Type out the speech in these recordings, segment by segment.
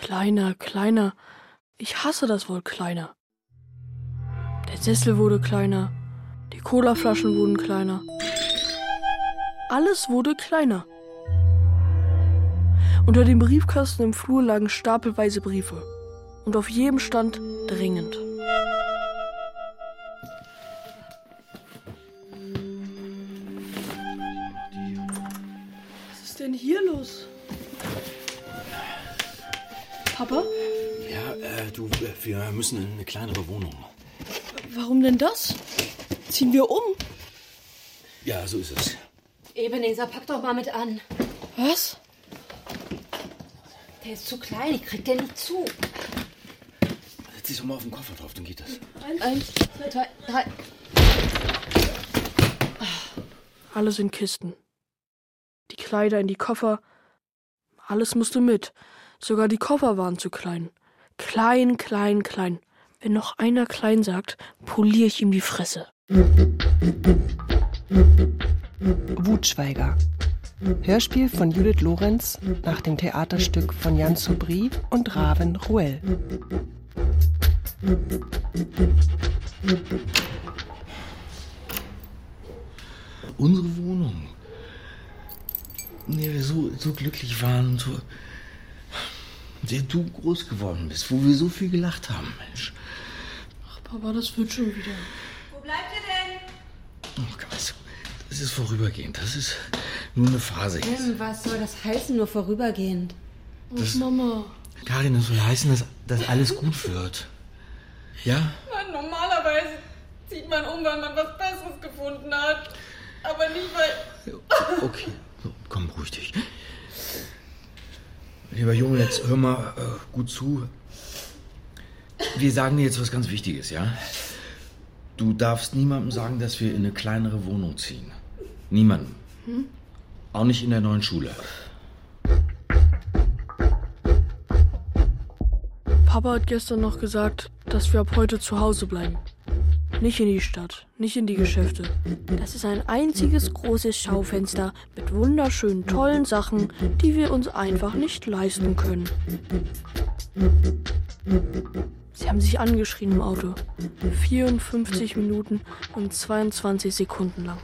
kleiner kleiner ich hasse das wort kleiner der sessel wurde kleiner die kolaflaschen wurden kleiner alles wurde kleiner unter dem briefkasten im flur lagen stapelweise briefe und auf jedem stand dringend was ist denn hier los Papa, Ja, äh, du, äh, wir müssen in eine kleinere Wohnung. warum denn das? Ziehen wir um? Ja, so ist es. Ebenezer, pack doch mal mit an. Was? Der ist zu klein, ich krieg den nicht zu. Setz dich doch mal auf den Koffer drauf, dann geht das. Eins, zwei, drei, drei. Alles in Kisten. Die Kleider in die Koffer. Alles musste mit. Sogar die Koffer waren zu klein. Klein, klein, klein. Wenn noch einer klein sagt, poliere ich ihm die Fresse. Wutschweiger. Hörspiel von Judith Lorenz nach dem Theaterstück von Jan Sobri und Raven Ruel. Unsere Wohnung. In der wir so, so glücklich waren und so. In der du groß geworden bist, wo wir so viel gelacht haben, Mensch. Papa, das wird schon wieder. Ach, krass. Das ist vorübergehend. Das ist nur eine Phase jetzt. Tim, was soll das heißen, nur vorübergehend? Das, Mama. Karin, das soll heißen, dass, dass alles gut wird. Ja? Man, normalerweise zieht man um, weil man was Besseres gefunden hat. Aber nicht, weil. Okay, so, komm, ruhig dich. Lieber Junge, jetzt hör mal äh, gut zu. Wir sagen dir jetzt was ganz Wichtiges, ja? Du darfst niemandem sagen, dass wir in eine kleinere Wohnung ziehen. Niemandem. Auch nicht in der neuen Schule. Papa hat gestern noch gesagt, dass wir ab heute zu Hause bleiben. Nicht in die Stadt, nicht in die Geschäfte. Das ist ein einziges großes Schaufenster mit wunderschönen, tollen Sachen, die wir uns einfach nicht leisten können. Sie haben sich angeschrien im Auto. 54 Minuten und 22 Sekunden lang.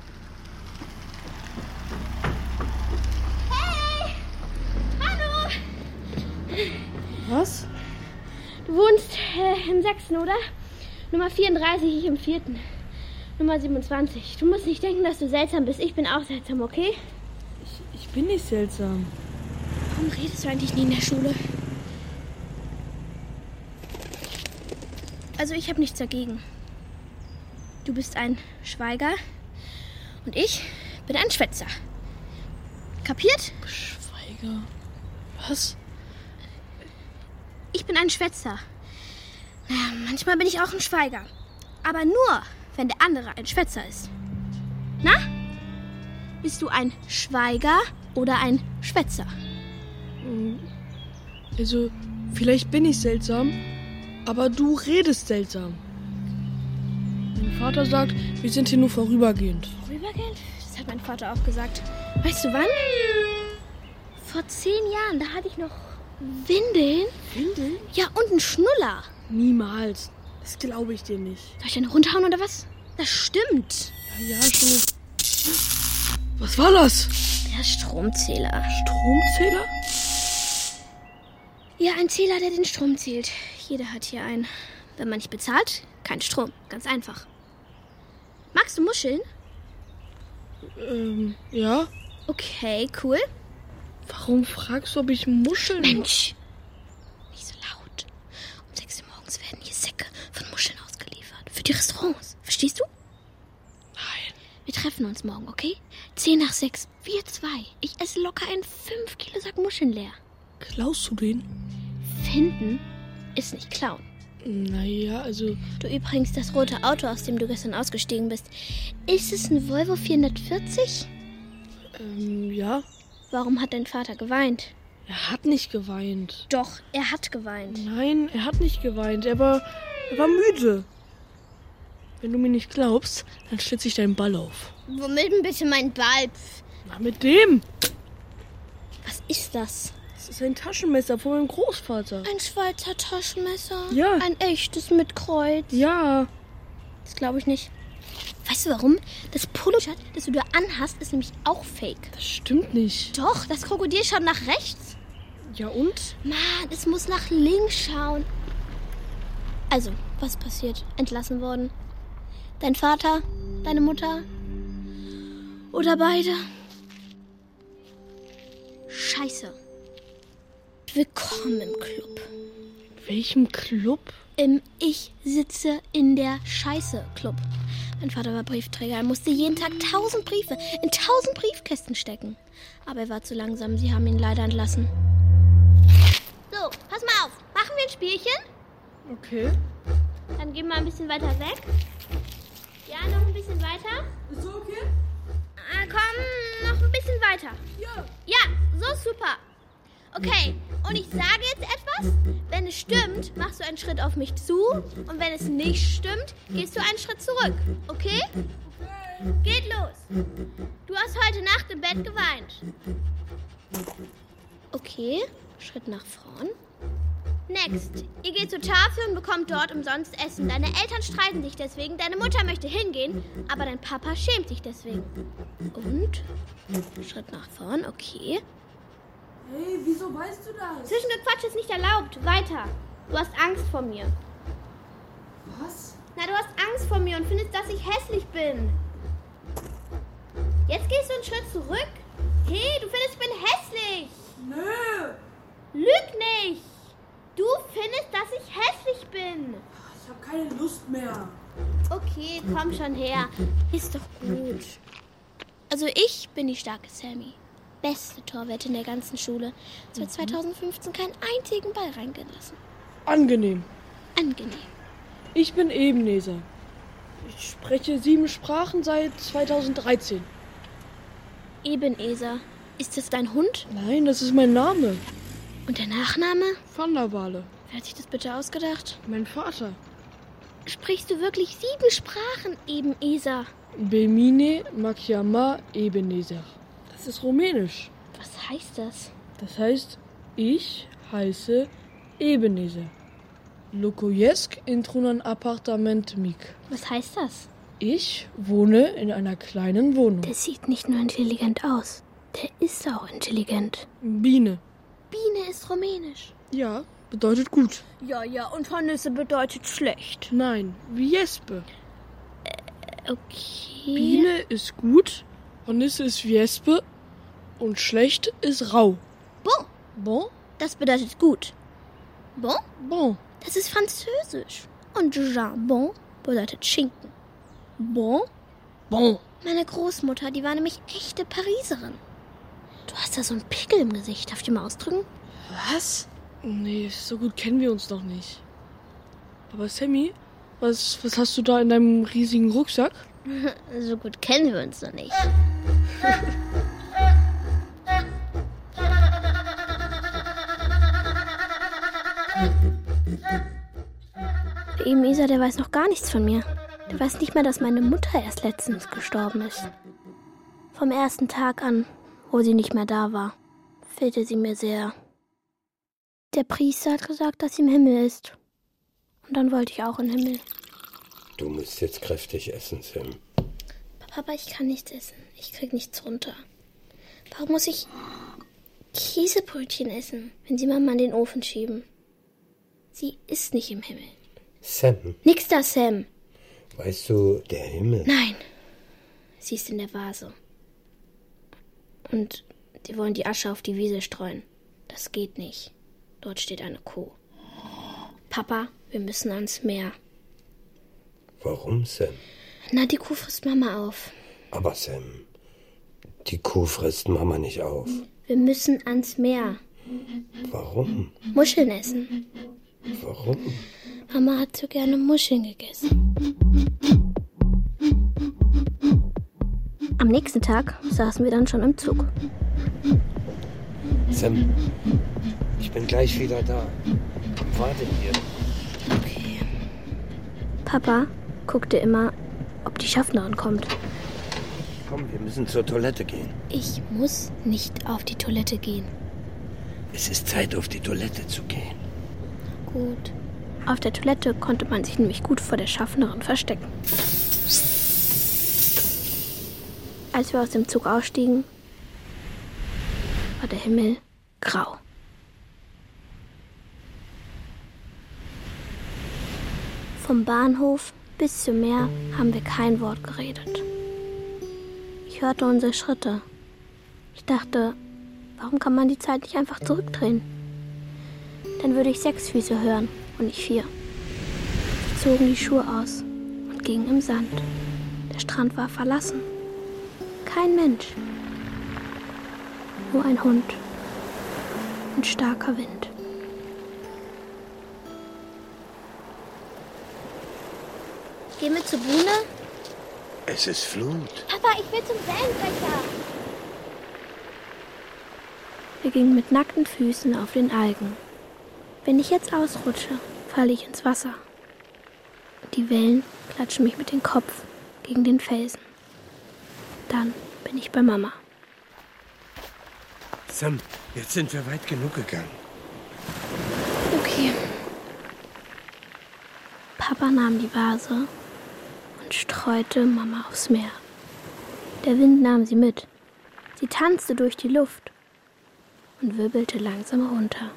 Was? Du wohnst äh, im sechsten, oder? Nummer 34, ich im vierten. Nummer 27. Du musst nicht denken, dass du seltsam bist. Ich bin auch seltsam, okay? Ich bin nicht seltsam. Warum redest du eigentlich nie in der Schule? Also ich habe nichts dagegen. Du bist ein Schweiger und ich bin ein Schwätzer. Kapiert? Schweiger. Was? Ich bin ein Schwätzer. Naja, manchmal bin ich auch ein Schweiger. Aber nur, wenn der andere ein Schwätzer ist. Na? Bist du ein Schweiger oder ein Schwätzer? Hm. Also, vielleicht bin ich seltsam, aber du redest seltsam. Mein Vater sagt, wir sind hier nur vorübergehend. Vorübergehend? Das hat mein Vater auch gesagt. Weißt du wann? Vor zehn Jahren, da hatte ich noch Windeln. Windeln? Ja, und einen Schnuller. Niemals. Das glaube ich dir nicht. Soll ich den runterhauen oder was? Das stimmt. Ja, ja, schon. Was war das? Der Stromzähler. Stromzähler? Ja, ein Zähler, der den Strom zählt. Jeder hat hier einen. Wenn man nicht bezahlt, kein Strom. Ganz einfach. Magst du Muscheln? Ähm, ja. Okay, cool. Warum fragst du, ob ich Muscheln Mensch! Nicht so laut. Um 6 Uhr morgens werden hier Säcke von Muscheln ausgeliefert. Für die Restaurants. Verstehst du? Nein. Wir treffen uns morgen, okay? 10 nach 6. Wir zwei. Ich esse locker einen 5 Kilo Sack Muscheln leer. Klaust du den? Finden ist nicht klauen. Naja, also. Du übrigens, das rote Auto, aus dem du gestern ausgestiegen bist, ist es ein Volvo 440? Ähm, ja. Warum hat dein Vater geweint? Er hat nicht geweint. Doch, er hat geweint. Nein, er hat nicht geweint. Er war, er war müde. Wenn du mir nicht glaubst, dann schlitze ich deinen Ball auf. Womit denn bitte mein Ball? Pff, Na, mit dem! Was ist das? Das ist ein Taschenmesser von meinem Großvater. Ein Schweizer Taschenmesser? Ja. Ein echtes mit Kreuz? Ja. Das glaube ich nicht. Weißt du warum? Das Poloshirt, das du da anhast, ist nämlich auch fake. Das stimmt nicht. Doch, das Krokodil schaut nach rechts. Ja und? Mann, es muss nach links schauen. Also, was passiert? Entlassen worden. Dein Vater, deine Mutter oder beide? Scheiße. Willkommen im Club. Welchem Club? Im Ähm, Ich sitze in der Scheiße Club. Mein Vater war Briefträger. Er musste jeden Tag tausend Briefe in tausend Briefkästen stecken. Aber er war zu langsam. Sie haben ihn leider entlassen. So, pass mal auf. Machen wir ein Spielchen? Okay. Dann gehen wir ein bisschen weiter weg. Ja, noch ein bisschen weiter. Ist so okay? Ah, komm, noch ein bisschen weiter. Ja. Ja, so super. Okay, und ich sage jetzt etwas. Wenn es stimmt, machst du einen Schritt auf mich zu. Und wenn es nicht stimmt, gehst du einen Schritt zurück. Okay? Geht los. Du hast heute Nacht im Bett geweint. Okay, Schritt nach vorn. Next. Ihr geht zur Tafel und bekommt dort umsonst Essen. Deine Eltern streiten sich deswegen, deine Mutter möchte hingehen, aber dein Papa schämt sich deswegen. Und? Schritt nach vorn, okay. Hey, wieso weißt du das? Zwischengequatsch ist nicht erlaubt. Weiter. Du hast Angst vor mir. Was? Na, du hast Angst vor mir und findest, dass ich hässlich bin. Jetzt gehst du einen Schritt zurück. Hey, du findest, ich bin hässlich. Nö. Lüg nicht. Du findest, dass ich hässlich bin. Ich habe keine Lust mehr. Okay, komm schon her. Ist doch gut. Also ich bin die starke Sammy. Beste Torwärtin der ganzen Schule. Seit Mhm. 2015 keinen einzigen Ball reingelassen. Angenehm. Angenehm. Ich bin Ebenezer. Ich spreche sieben Sprachen seit 2013. Ebenezer. Ist das dein Hund? Nein, das ist mein Name. Und der Nachname? Vanderbale. Wer hat sich das bitte ausgedacht? Mein Vater. Sprichst du wirklich sieben Sprachen, Ebenezer? Bemine Makiama Ebenezer. Das ist rumänisch. Was heißt das? Das heißt, ich heiße Ebenezer. Lokoyesk intrunan apartament mik. Was heißt das? Ich wohne in einer kleinen Wohnung. Oh Der sieht nicht nur intelligent aus, der ist auch intelligent. Biene. Biene ist rumänisch. Ja, bedeutet gut. Ja, ja, und Hornisse bedeutet schlecht. Nein, wie Jespe. Okay. Biene ist gut, Hornisse ist wie Jespe und schlecht ist rau. Bon, Bon, das bedeutet gut. Bon, bon. das ist französisch. Und Jambon bedeutet Schinken. Bon, Bon. meine Großmutter, die war nämlich echte Pariserin. Du hast da so einen Pickel im Gesicht. Darf ich den mal ausdrücken? Was? Nee, so gut kennen wir uns noch nicht. Aber Sammy, was, was hast du da in deinem riesigen Rucksack? So gut kennen wir uns noch nicht. Der Ebenezer, der weiß noch gar nichts von mir. Der weiß nicht mehr, dass meine Mutter erst letztens gestorben ist. Vom ersten Tag an, wo sie nicht mehr da war, fehlte sie mir sehr. Der Priester hat gesagt, dass sie im Himmel ist. Und dann wollte ich auch in den Himmel. Du musst jetzt kräftig essen, Sam. Papa, ich kann nichts essen. Ich krieg nichts runter. Warum muss ich Käsebrötchen essen, wenn sie Mama in den Ofen schieben? Sie ist nicht im Himmel. Sam, Nix da, Sam. weißt du, der Himmel? Nein. Sie ist in der Vase. Und sie wollen die Asche auf die Wiese streuen. Das geht nicht. Dort steht eine Kuh. Papa, wir müssen ans Meer. Warum, Sam? Na, die Kuh frisst Mama auf. Aber Sam, die Kuh frisst Mama nicht auf. Wir müssen ans Meer. Warum? Muscheln essen. Warum? Mama hat so gerne Muscheln gegessen. Am nächsten Tag saßen wir dann schon im Zug. Sam, ich bin gleich wieder da. Warte hier. Papa guckte immer, ob die Schaffnerin kommt. Komm, wir müssen zur Toilette gehen. Ich muss nicht auf die Toilette gehen. Es ist Zeit, auf die Toilette zu gehen. Gut. Auf der Toilette konnte man sich nämlich gut vor der Schaffnerin verstecken. Als wir aus dem Zug ausstiegen, war der Himmel grau. Vom Bahnhof bis zum Meer haben wir kein Wort geredet. Ich hörte unsere Schritte. Ich dachte, warum kann man die Zeit nicht einfach zurückdrehen? Dann würde ich sechs Füße hören und nicht vier. Wir zogen die Schuhe aus und gingen im Sand. Der Strand war verlassen. Kein Mensch. Nur ein Hund. Und starker Wind. Gehen wir zur Bühne? Es ist Flut. Papa, ich will zum Wellenbrecher. Wir gingen mit nackten Füßen auf den Algen. Wenn ich jetzt ausrutsche, falle ich ins Wasser. Die Wellen klatschen mich mit dem Kopf gegen den Felsen. Dann bin ich bei Mama. Sam, jetzt sind wir weit genug gegangen. Okay. Papa nahm die Vase und streute Mama aufs Meer. Der Wind nahm sie mit. Sie tanzte durch die Luft und wirbelte langsam runter.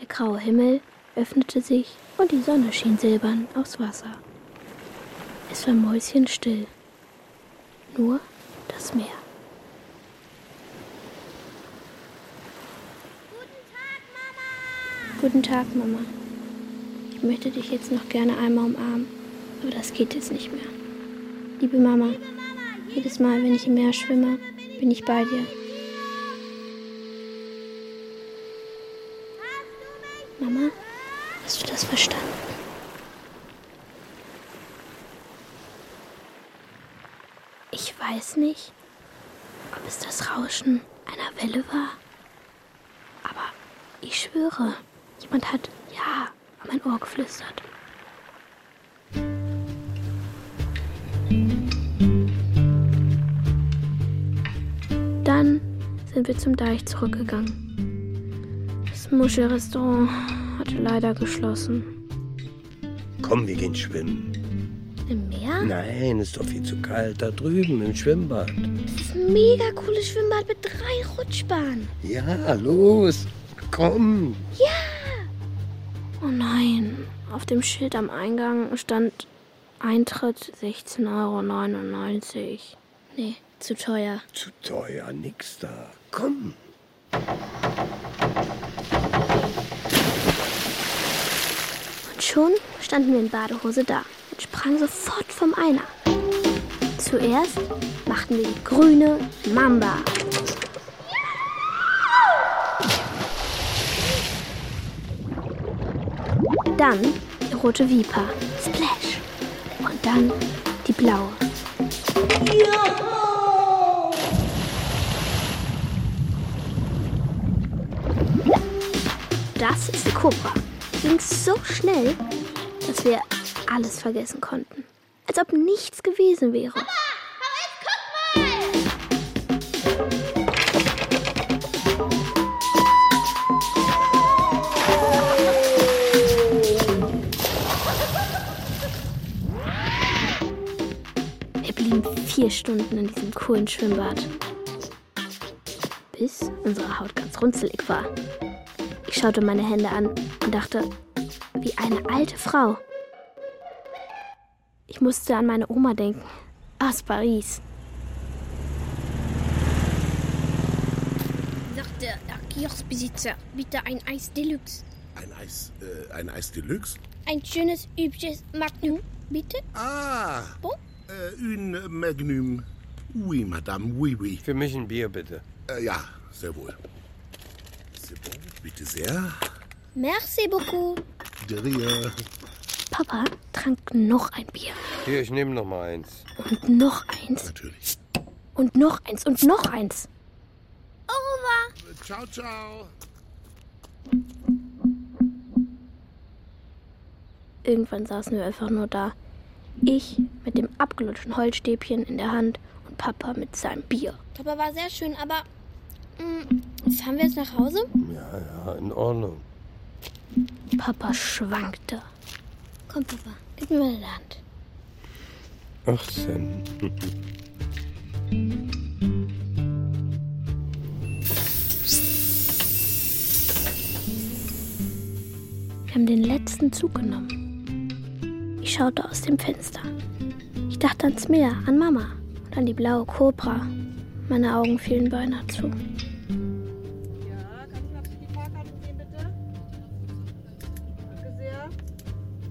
Der graue Himmel öffnete sich und die Sonne schien silbern aufs Wasser. Es war mäuschenstill. Nur das Meer. Guten Tag, Mama. Ich möchte dich jetzt noch gerne einmal umarmen, aber das geht jetzt nicht mehr. Liebe Mama, jedes Mal, wenn ich im Meer schwimme, bin ich bei dir. Mama, hast du das verstanden? Ich weiß nicht, ob es das Rauschen einer Welle war, aber ich schwöre, jemand hat ja an mein Ohr geflüstert. Dann sind wir zum Deich zurückgegangen. Das Muschelrestaurant hatte leider geschlossen. Komm, wir gehen schwimmen. Im Meer? Nein, ist doch viel zu kalt. Da drüben im Schwimmbad. Das ist ein mega cooles Schwimmbad mit drei Rutschbahnen. Ja, los. Komm. Oh nein. Auf dem Schild am Eingang stand Eintritt 16,99 Euro. Nee, zu teuer. Zu teuer, nix da. Komm. Und schon standen wir in Badehose da und sprangen sofort vom Einer. Zuerst machten wir die grüne Mamba. Dann die rote Viper, Splash. Und dann die blaue. Das ist die Cobra. Die ging so schnell, dass wir alles vergessen konnten. Als ob nichts gewesen wäre. Wir blieben vier Stunden in diesem coolen Schwimmbad. Bis unsere Haut ganz runzelig war. Ich schaute meine Hände an und dachte, wie eine alte Frau. Ich musste an meine Oma denken. Aus Paris. Sagte der Kioskbesitzer, bitte ein Eis Deluxe. Ein Eis, äh, ein Eis Deluxe? Ein schönes, übliches Magnum, bitte. Ah! Bon? Äh, une Magnum. Oui, Madame, oui, oui. Für mich ein Bier, bitte. Äh, ja, sehr wohl. C'est bon, bitte sehr. Merci beaucoup. De rien. Papa trank noch ein Bier. Hier, ich nehme noch mal eins. Und noch eins. Natürlich. Und noch eins. Und noch eins. Ciao, ciao. Irgendwann saßen wir einfach nur da. Ich mit dem abgelutschten Holzstäbchen in der Hand und Papa mit seinem Bier. Papa war sehr schön, aber hm, Fahren wir jetzt nach Hause? Ja, ja, Ah, in Ordnung. Papa schwankte. Komm, Papa, gib mir mal deine Hand. 18. Wir haben den letzten Zug genommen. Ich schaute aus dem Fenster. Ich dachte ans Meer, an Mama und an die blaue Kobra. Meine Augen fielen beinahe zu. Ja, kann ich mal bitte die Fahrkarten sehen, bitte? Danke sehr.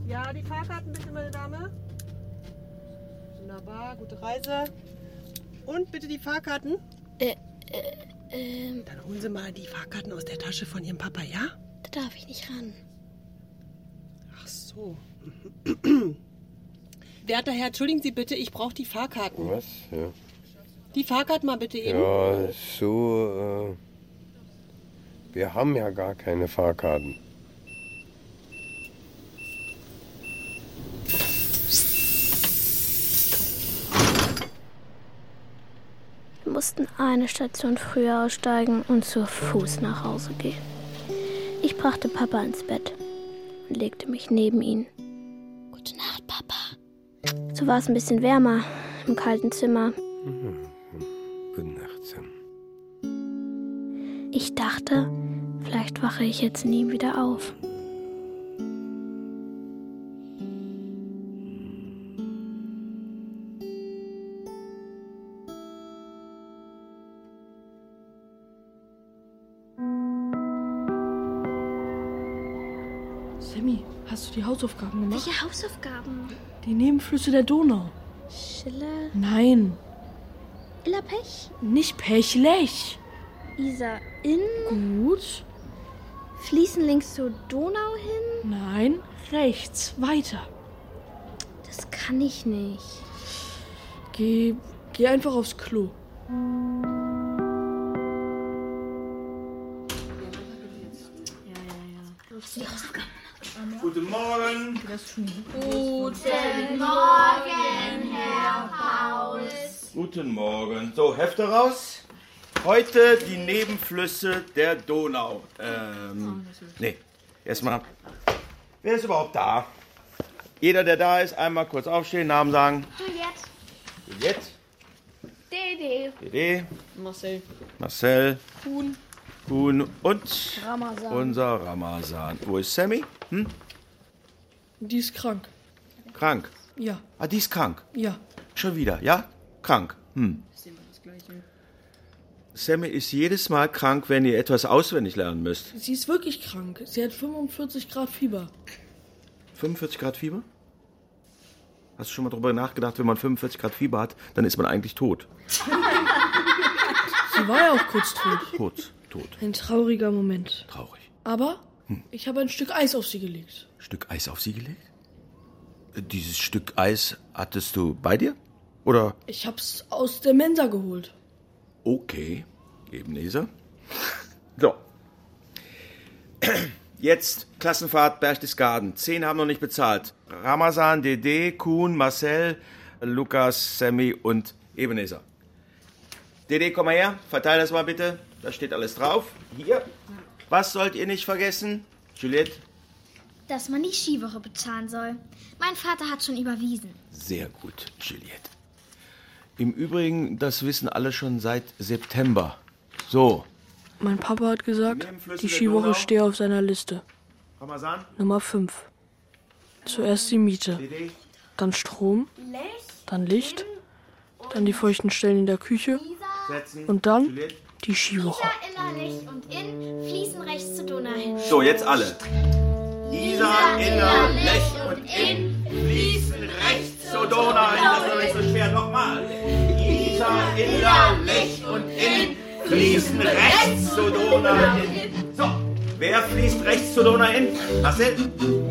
Ja, die Fahrkarten bitte, meine Dame. Wunderbar, gute Reise. Und bitte die Fahrkarten. Äh, ähm. Dann holen Sie mal die Fahrkarten aus der Tasche von Ihrem Papa, ja? Da darf ich nicht ran. Ach so. Werter Herr, entschuldigen Sie bitte, ich brauche die Fahrkarten. Was? Ja. Die Fahrkarten mal bitte eben. Ja, so. Äh, wir haben ja gar keine Fahrkarten. Wir mussten eine Station früher aussteigen und zu Fuß nach Hause gehen. Ich brachte Papa ins Bett und legte mich neben ihn. Gute Nacht, Papa. So war es ein bisschen wärmer im kalten Zimmer. Mhm. Gute Nacht, Sam. Ich dachte, vielleicht wache ich jetzt nie wieder auf. Sammy, hast du die Hausaufgaben gemacht? Welche Hausaufgaben? Die Nebenflüsse der Donau. Schiller, Nein, Illerpech, nicht Pechlech. Isar in, Gut. fließen links zur Donau hin? Nein, rechts, weiter. Das kann ich nicht. Geh, geh einfach aufs Klo. Guten Morgen. So, Hefte raus. Heute die Nebenflüsse der Donau. Ähm, nee, erstmal. Wer ist überhaupt da? Jeder, der da ist, einmal kurz aufstehen, Namen sagen. Juliette. Juliette. Dede. Dede. Marcel. Marcel. Kuhn. Kuhn und unser Ramazan. Wo ist Sammy? Hm? Die ist krank. Krank. Ja, Ah, die ist krank. ja. Schon wieder, ja? Krank. Hm. Sammy ist jedes Mal krank, wenn ihr etwas auswendig lernen müsst. Sie ist wirklich krank. Sie hat 45 Grad Fieber. 45 Grad Fieber? Hast du schon mal darüber nachgedacht, wenn man 45 Grad Fieber hat, dann ist man eigentlich tot. Sie war ja auch kurz tot. Tot, tot. Ein trauriger Moment. Traurig. Hm. Aber ich habe ein Stück Eis auf sie gelegt. Stück Eis auf sie gelegt? Dieses Stück Eis hattest du bei dir? Oder? Ich hab's aus der Mensa geholt. Okay, Ebenezer. So. Jetzt Klassenfahrt Berchtesgaden. Zehn haben noch nicht bezahlt. Ramazan, Dede, Kuhn, Marcel, Lukas, Sammy und Ebenezer. Dede, komm mal her. Verteil das mal bitte. Da steht alles drauf. Hier. Was sollt ihr nicht vergessen? Juliette. Dass man die Skiwoche bezahlen soll. Mein Vater hat schon überwiesen. Sehr gut, Juliette. Im Übrigen, das wissen alle schon seit September. So. Mein Papa hat gesagt, Nebenflüsse die der Skiwoche Donau. stehe auf seiner Liste. Ramazan, Nummer 5. Zuerst die Miete, Dede. dann Strom, dann Licht, dann die feuchten Stellen in der Küche Setzen. und dann Juliette. die Skiwoche. Innerlich und in fließen rechts zur Donau hin. So, jetzt alle. Isa, Inner, Lech und In fließen rechts zur Donau hin. Das ist doch nicht so schwer. Nochmal. Isa, Inner, Lech und In fließen rechts zur Donau hin. So, wer fließt rechts zur Donau hin? Marcel?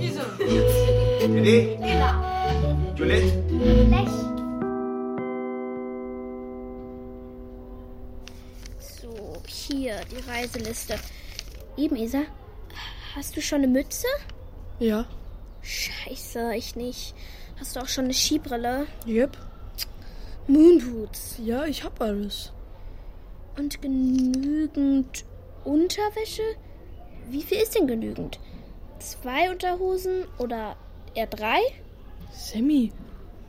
Isa. Dede? Juliette? So, hier die Reiseliste. Eben, Isa, hast du schon eine Mütze? Ja, Scheiße, ich nicht. Hast du auch schon eine Skibrille? yep. Moonboots. Ja, ich hab alles. Und genügend Unterwäsche? Wie viel ist denn genügend? Zwei Unterhosen oder eher drei? Sammy,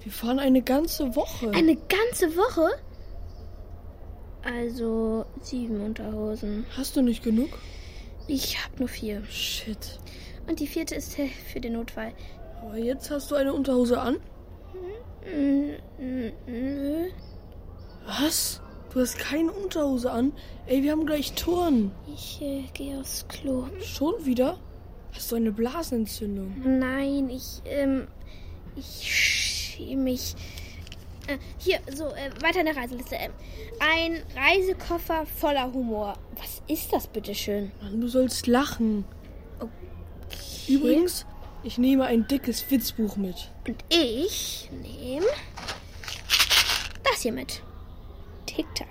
wir fahren eine ganze Woche. Eine ganze Woche? Also sieben Unterhosen. Hast du nicht genug? Ich hab nur vier. Shit. Und die vierte ist äh, für den Notfall. Aber jetzt hast du eine Unterhose an? Mm, mm, Nö. Was? Du hast keine Unterhose an? Ey, wir haben gleich Turnen. Ich äh, gehe aufs Klo. Schon wieder? Hast du eine Blasenentzündung? Nein, ich, ähm, ich schäme mich. Äh, hier, so, äh, weiter in der Reiseliste. Ähm, ein Reisekoffer voller Humor. Was ist das, bitteschön? Mann, Also, du sollst lachen. Übrigens, ich nehme ein dickes Witzbuch mit. Und ich nehme das hier mit. Tic-Tac.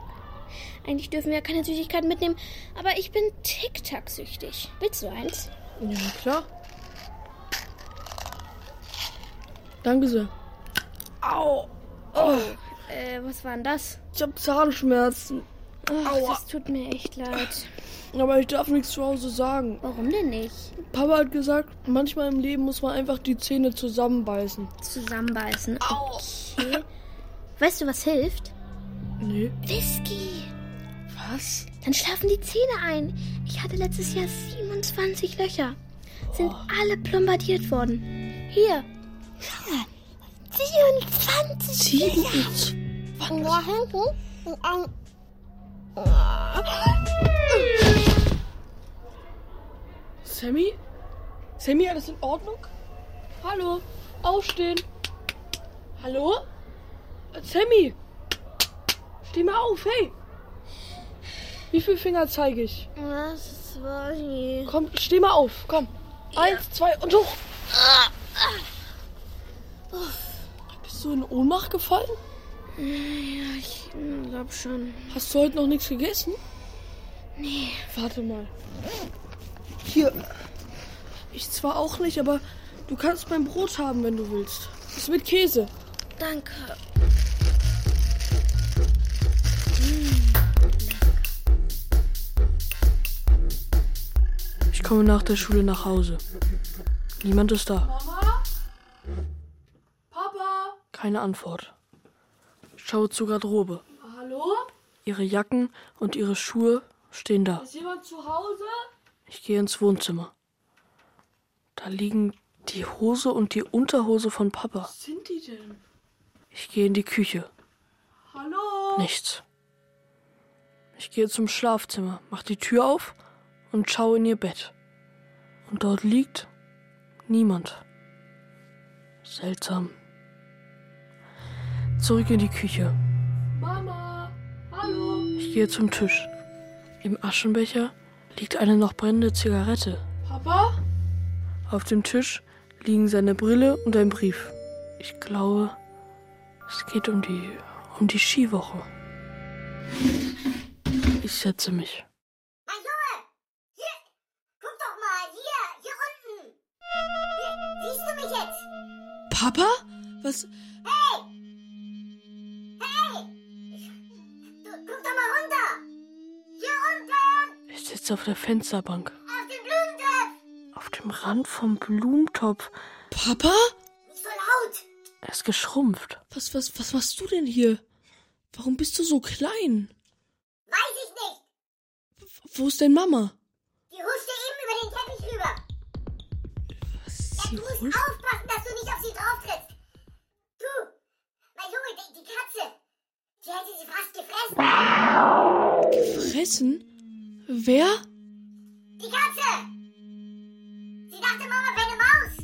Eigentlich dürfen wir ja keine Süßigkeiten mitnehmen, aber ich bin Tic-Tac-süchtig. Willst du eins? Ja, klar. Danke sehr. Au, Äh, was war denn das? ich hab Zahnschmerzen. Ach, Aua. das tut mir echt leid. Aber ich darf nichts zu Hause sagen. Warum denn nicht? Papa hat gesagt, manchmal im Leben muss man einfach die Zähne zusammenbeißen. Zusammenbeißen. Okay. Weißt du, was hilft? Nee. Whisky. Was? Dann schlafen die Zähne ein. Ich hatte letztes Jahr 27 Löcher. Sind alle plombardiert worden. Hier. 27 Löcher. Da hinten. Sammy? Sammy, alles in Ordnung? Hallo? Aufstehen. Hallo? Sammy! Steh mal auf, hey! Wie viele Finger zeige ich? Was war hier? Komm, steh mal auf, komm. Eins, zwei und hoch. Bist du in Ohnmacht gefallen? Ich glaub schon. Hast du heute noch nichts gegessen? Nee. Warte mal. Hier. Ich zwar auch nicht, aber du kannst mein Brot haben, wenn du willst. Ist mit Käse. Danke. Ich komme nach der Schule nach Hause. Niemand ist da. Mama? Papa? Keine Antwort. Ich schaue zur Garderobe. Hallo? Ihre Jacken und ihre Schuhe stehen da. Ist jemand zu Hause? Ich gehe ins Wohnzimmer. Da liegen die Hose und die Unterhose von Papa. Was sind die denn? Ich gehe in die Küche. Hallo? Nichts. Ich gehe zum Schlafzimmer, mache die Tür auf und schaue in ihr Bett. Und dort liegt niemand. Seltsam. Zurück in die Küche. Mama? Hallo? Ich gehe zum Tisch. Im Aschenbecher liegt eine noch brennende Zigarette. Papa? Auf dem Tisch liegen seine Brille und ein Brief. Ich glaube, es geht um die um die Skiwoche. Ich setze mich. Guck doch mal, hier, Ah, hier unten. Hier, siehst du mich jetzt? Papa? Was? Du, guck doch mal runter. Hier unten, Ich sitze auf der Fensterbank, auf dem Blumentopf. auf dem Rand vom Blumentopf. Papa? Nicht so laut. Er ist geschrumpft. Was was was machst du denn hier? Warum bist du so klein? Weiß ich nicht. Wo ist denn Mama? Die huschte eben über den Teppich rüber. Sie Du musst holt aufpassen, dass du nicht auf sie drauf trittst. Du, mein Junge, die, die Katze, die hätte sie fast gefressen. Fressen? Wer? Die Katze. Sie dachte, Mama wäre eine Maus.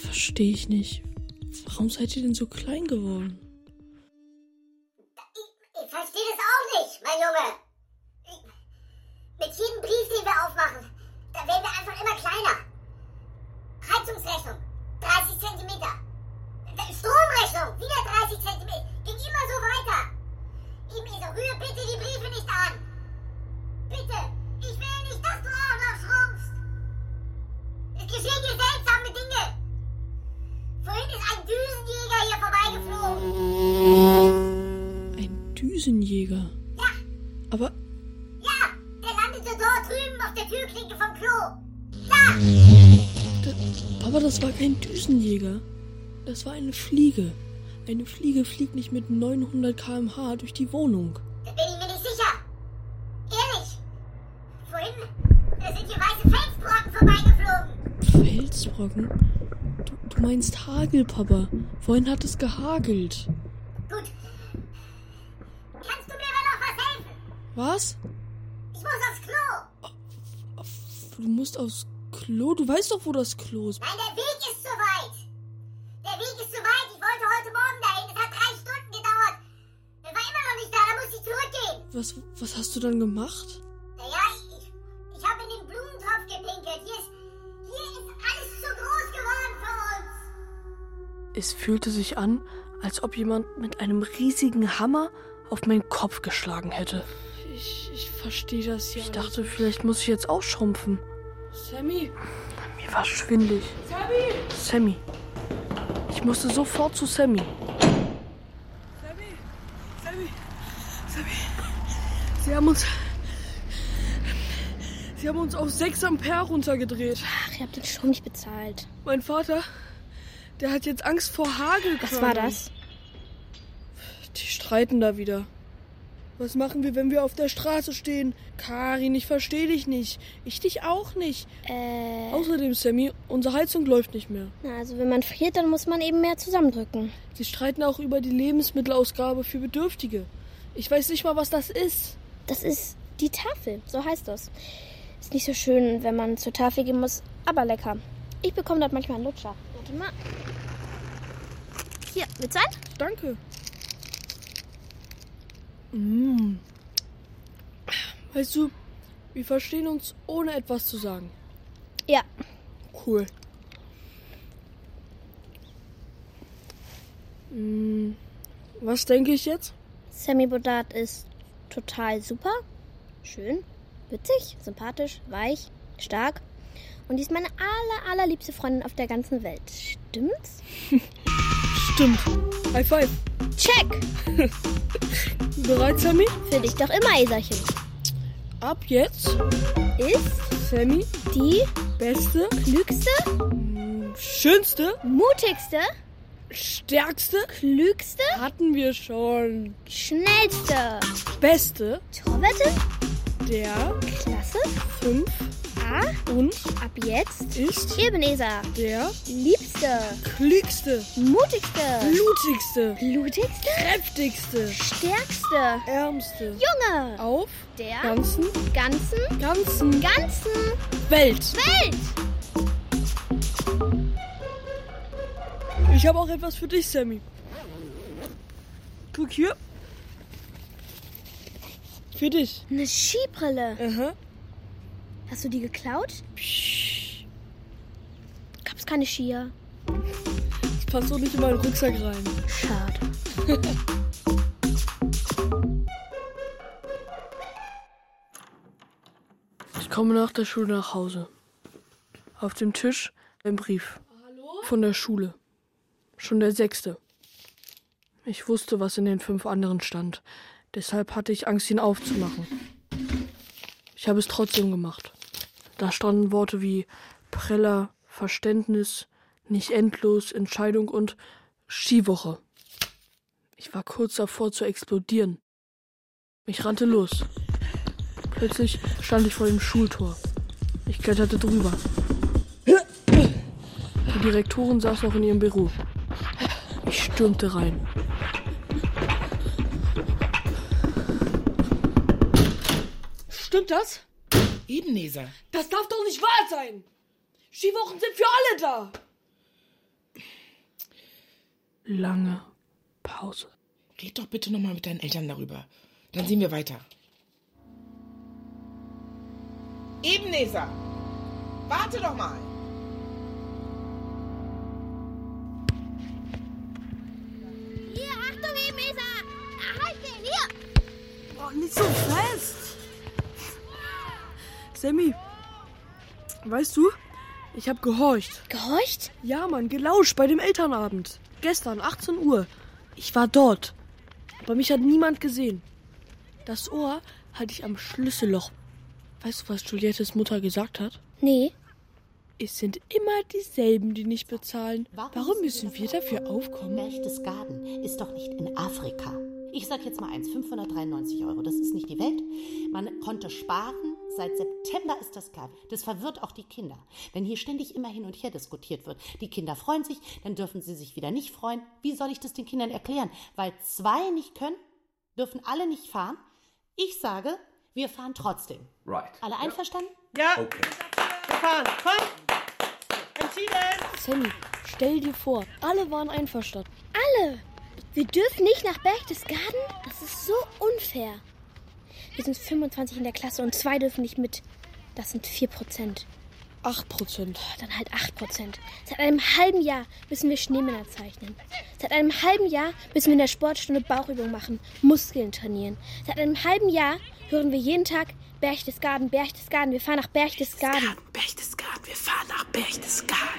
Verstehe ich nicht. Warum seid ihr denn so klein geworden? Ich verstehe das auch nicht, mein Junge. Ich- Mit jedem Brief, den wir aufmachen, da werden wir einfach immer kleiner. Heizungsrechnung, 30 Zentimeter. Stromrechnung, wieder 30 Zentimeter. Ging immer so weiter. Emil, rühr bitte die Briefe nicht an. Bitte, ich will nicht, dass du auch noch schrumpfst. Es geschehen dir seltsame Dinge. Vorhin ist ein Düsenjäger hier vorbeigeflogen. Ein Düsenjäger. Ja, Aber Ja, der landete dort drüben auf der Türklinke vom Klo. Da! Aber das war kein Düsenjäger. Das war eine Fliege. Eine Fliege fliegt nicht mit 900 km/h durch die Wohnung. Da bin ich mir nicht sicher. Ehrlich. Vorhin, da sind hier weiße Felsbrocken vorbeigeflogen. Felsbrocken? Du, du meinst Hagel, Papa. Vorhin hat es gehagelt. Gut. Kannst du mir aber noch was helfen? Was? Ich muss aufs Klo. Du musst aufs Klo. Du weißt doch, wo das Klo ist. Nein, der Weg ist zu weit. Der Weg ist zu weit. Ich wollte heute Morgen dahin. Es hat drei Stunden gedauert. Er war immer noch nicht da. Da musste ich zurückgehen. Was, was hast du dann gemacht? Naja, ich, ich habe in den Blumentopf gepinkelt. Hier ist, hier ist alles zu groß geworden für uns. Es fühlte sich an, als ob jemand mit einem riesigen Hammer auf meinen Kopf geschlagen hätte. Ich, ich verstehe das ja. Ich dachte, vielleicht muss ich jetzt auch schrumpfen. Sammy! Mir war schwindelig. Sammy! Sammy. Ich musste sofort zu Sammy. Sammy! Sammy! Sammy! Sie haben uns. Sie haben uns auf 6 Ampere runtergedreht. Ach, ihr habt den Strom nicht bezahlt. Mein Vater, der hat jetzt Angst vor Hagelkörnern. Was war das? Die streiten da wieder. Was machen wir, wenn wir auf der Straße stehen? Karin, ich verstehe dich nicht. Ich dich auch nicht. Äh, Außerdem, Sammy, unsere Heizung läuft nicht mehr. na, also wenn man friert, dann muss man eben mehr zusammendrücken. Sie streiten auch über die Lebensmittelausgabe für Bedürftige. Ich weiß nicht mal, was das ist. Das ist die Tafel, so heißt das. Ist nicht so schön, wenn man zur Tafel gehen muss, aber lecker. Ich bekomme dort manchmal einen Lutscher. Warte mal. Hier, willst du einen? Danke. Weißt du, wir verstehen uns ohne etwas zu sagen. Ja. Cool. Mm, Was denke ich jetzt? Sammy Bodart ist total super, schön, witzig, sympathisch, weich, stark. Und die ist meine aller, allerliebste Freundin auf der ganzen Welt. Stimmt's? Stimmt. High five. Check! Bereit, Sammy? Für dich doch immer, Eserchen. Ab jetzt, Ist Sammy, die beste, klügste, schönste, mutigste, stärkste, klügste, hatten wir schon. schnellste. Beste, Torwette, der klasse. 5 A, und ab jetzt. ist Ebenezer, der liebste, klügste, mutigste, blutigste, blutigste, kräftigste, stärkste, ärmste Junge, auf der ganzen, ganzen, ganzen ganzen Welt. Welt. Ich habe auch etwas für dich, Sammy. Guck hier. Für dich. Eine Skibrille. Aha. Hast du die geklaut? Gab's keine Skier. Das passt so nicht in meinen Rucksack rein. Schade. Ich komme nach der Schule nach Hause. Auf dem Tisch ein Brief. Von der Schule. Schon der sechste. Ich wusste, was in den fünf anderen stand. Deshalb hatte ich Angst, ihn aufzumachen. Ich habe es trotzdem gemacht. Da standen Worte wie Preller, Verständnis, nicht endlos, Entscheidung und Skiwoche. Ich war kurz davor zu explodieren. Ich rannte los. Plötzlich stand ich vor dem Schultor. Ich kletterte drüber. Die Direktorin saß noch in ihrem Büro. Ich stürmte rein. Stimmt das? Ebenezer. Das darf doch nicht wahr sein. Skiwochen sind für alle da. Lange Pause. Red doch bitte nochmal mit deinen Eltern darüber. Dann sehen wir weiter. Ebenezer! Warte doch mal! Hier, Achtung, Ebenezer! Halt den, hier! Oh, nicht so fest. Sammy, weißt du, ich habe gehorcht. Gehorcht? Ja, Mann, gelauscht bei dem Elternabend. Gestern, 18 Uhr. Ich war dort. Aber mich hat niemand gesehen. Das Ohr halte ich am Schlüsselloch. Weißt du, was Juliettes Mutter gesagt hat? Nee. Es sind immer dieselben, die nicht bezahlen. Warum müssen wir dafür aufkommen? Berchtesgaden ist doch nicht in Afrika. Ich sag jetzt mal eins, 593 Euro, das ist nicht die Welt. Man konnte sparen, seit September ist das klar. Das verwirrt auch die Kinder. Wenn hier ständig immer hin und her diskutiert wird, die Kinder freuen sich, dann dürfen sie sich wieder nicht freuen. Wie soll ich das den Kindern erklären? Weil zwei nicht können, dürfen alle nicht fahren. Ich sage, wir fahren trotzdem. Right. Alle einverstanden? Ja. Okay. Fahren. Komm. Entschieden. Sammy, stell dir vor, alle waren einverstanden. Alle! Wir dürfen nicht nach Berchtesgaden? Das ist so unfair. Wir sind 25 in der Klasse und zwei dürfen nicht mit. Das sind 4 Prozent. 8 Prozent. Dann halt 8 Prozent. Seit einem halben Jahr müssen wir Schneemänner zeichnen. Seit einem halben Jahr müssen wir in der Sportstunde Bauchübungen machen, Muskeln trainieren. Seit einem halben Jahr hören wir jeden Tag Berchtesgaden, Berchtesgaden, wir fahren nach Berchtesgaden. Berchtesgaden, wir fahren nach Berchtesgaden.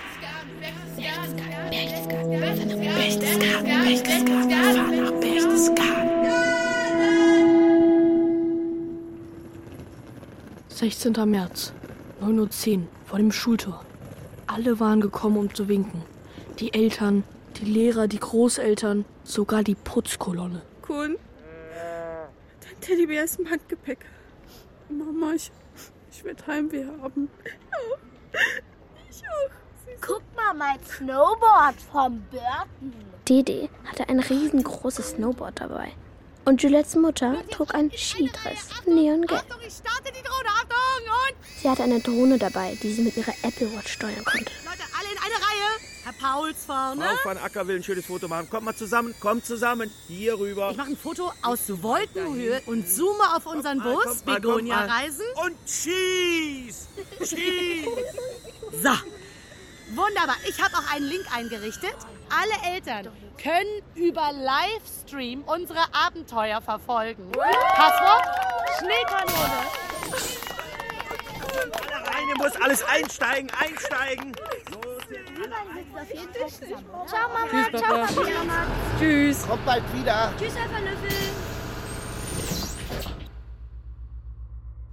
Berchtesgaden. 16. März, 9.10 Uhr, vor dem Schultor. Alle waren gekommen, um zu winken. Die Eltern, die Lehrer, die Großeltern, sogar die Putzkolonne. Kuhn, dein Teddybär ist im Handgepäck. Mama, ich, ich werde Heimweh haben. Ich auch. Guck mal, mein Snowboard vom Burton. Dede hatte ein riesengroßes Snowboard dabei. Und Julettes Mutter trug einen Skidress, neongelb. Ich starte die Drohne. Achtung und... Sie hatte eine Drohne dabei, die sie mit ihrer Apple Watch steuern konnte. Leute, alle in eine Reihe. Herr Pauls vorne. Frau van Acker will ein schönes Foto machen. Kommt mal zusammen, kommt zusammen. Hier rüber. Ich mache ein Foto aus Wolkenhöhe und zoome auf unseren mal, Bus, kommt mal, kommt Begonia mal. Reisen. ah, Und schieß! Schieß! so, wunderbar. Ich habe auch einen Link eingerichtet. Alle Eltern können über Livestream unsere Abenteuer verfolgen. Passwort? Schneekanone. Eine muss alles einsteigen, einsteigen. Ciao, Mama. Tschüss, Papa. Ciao, Papi. Ciao, Mama. Tschüss. Kommt bald wieder. Tschüss, Alpha Löffel.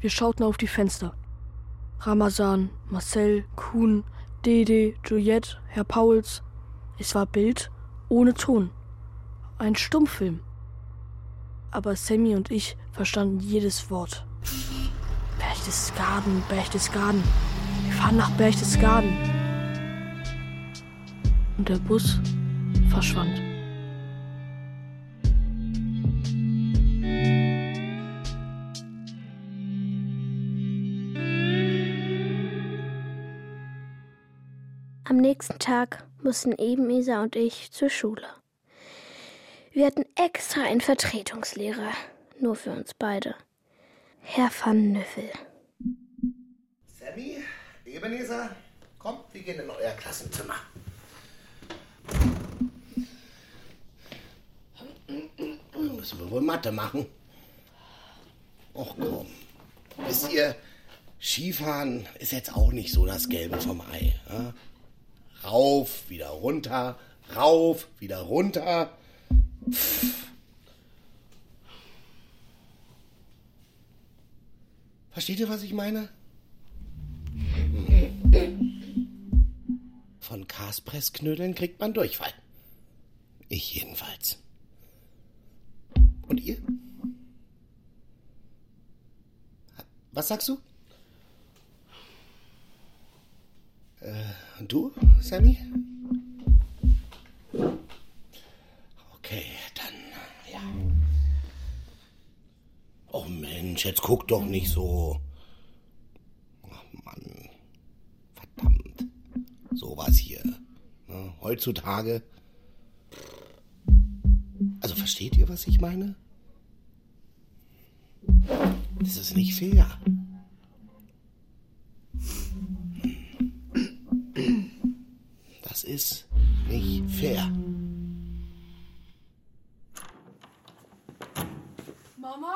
Wir schauten auf die Fenster. Ramazan, Marcel, Kuhn, Dede, Juliette, Herr Pauls. Es war Bild ohne Ton. Ein Stummfilm. Aber Sammy und ich verstanden jedes Wort. Berchtesgaden, Berchtesgaden. Wir fahren nach Berchtesgaden. Und der Bus verschwand. Am nächsten Tag mussten eben Isa und ich zur Schule. Wir hatten extra einen Vertretungslehrer, nur für uns beide. Herr van Nüffel. Sammy, Ebenezer, kommt, wir gehen in euer Klassenzimmer. Dann Hm, müssen wir wohl Mathe machen. Och komm. Wisst ihr, Skifahren ist jetzt auch nicht so das Gelbe vom Ei. Ja? Rauf, wieder runter, rauf, wieder runter. Pff. Versteht ihr, was ich meine? Von Kaspressknödeln kriegt man Durchfall. Ich jedenfalls. Und ihr? Was sagst du? Äh, und du, Sammy? Okay, dann, ja. Oh Mensch, jetzt guck doch nicht so. Ach Mann, verdammt. Sowas hier. Ne? Heutzutage. Also versteht ihr, was ich meine? Das ist nicht fair. Das ist nicht fair. Mama?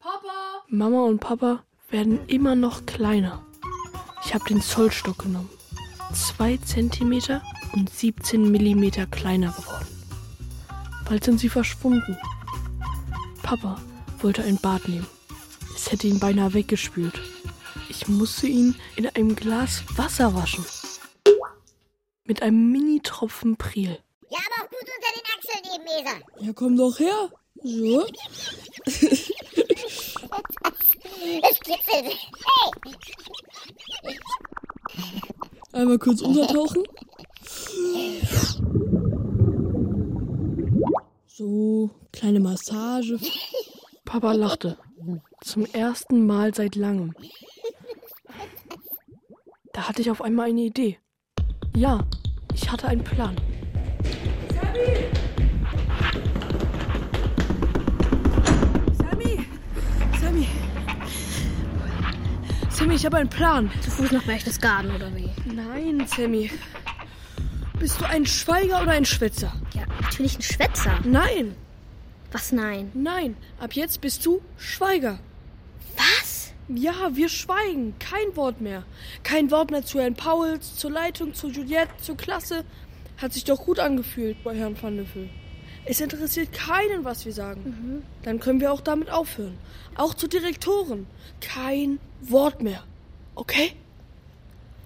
Papa? Mama und Papa werden immer noch kleiner. Ich habe den Zollstock genommen. 2 cm und 17 mm kleiner geworden. Bald sind sie verschwunden. Papa wollte ein Bad nehmen. Es hätte ihn beinahe weggespült. Ich musste ihn in einem Glas Wasser waschen. Mit einem Mini-Tropfen Priel. Ja, aber auch gut unter den Achseln eben, Esa. Ja, komm doch her. So. Es kitzelt. Hey! Einmal kurz untertauchen. So, kleine Massage. Papa lachte. Zum ersten Mal seit langem. Da hatte ich auf einmal eine Idee. Ja, ich hatte einen Plan. Sammy! Sammy! Sammy, ich habe einen Plan. Zu Fuß nach Berchtesgaden oder wie? Nein, Sammy. Bist du ein Schweiger oder ein Schwätzer? Ja, natürlich ein Schwätzer. Nein, Was nein? nein. Ab jetzt bist du Schweiger. Was? Ja, wir schweigen. Kein Wort mehr. Kein Wort mehr zu Herrn Pauls, zur Leitung, zu Juliette, zur Klasse. Hat sich doch gut angefühlt bei Herrn Van Löffel. Es interessiert keinen, was wir sagen. Mhm. Dann können wir auch damit aufhören. Auch zur Direktorin. Kein Wort mehr. Okay?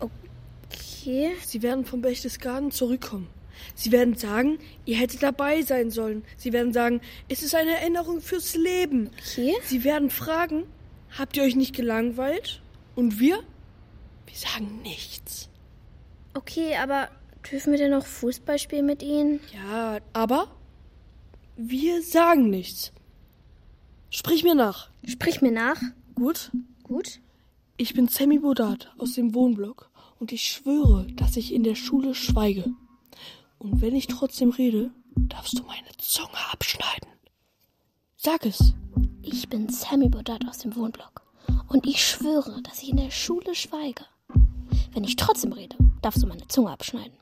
Okay. Sie werden vom Berchtesgaden zurückkommen. Sie werden sagen, ihr hättet dabei sein sollen. Sie werden sagen, es ist eine Erinnerung fürs Leben. Okay. Sie werden fragen, habt ihr euch nicht gelangweilt? Und wir? Wir sagen nichts. Okay, aber dürfen wir denn noch Fußball spielen mit ihnen? Ja, aber wir sagen nichts. Sprich mir nach. Sprich mir nach. Gut? Gut. Ich bin Sammy Bodat aus dem Wohnblock und ich schwöre, dass ich in der Schule schweige. Und wenn ich trotzdem rede, darfst du meine Zunge abschneiden. Sag es. Ich bin Sammy Bodat aus dem Wohnblock. Und ich schwöre, dass ich in der Schule schweige. Wenn ich trotzdem rede, darfst du meine Zunge abschneiden.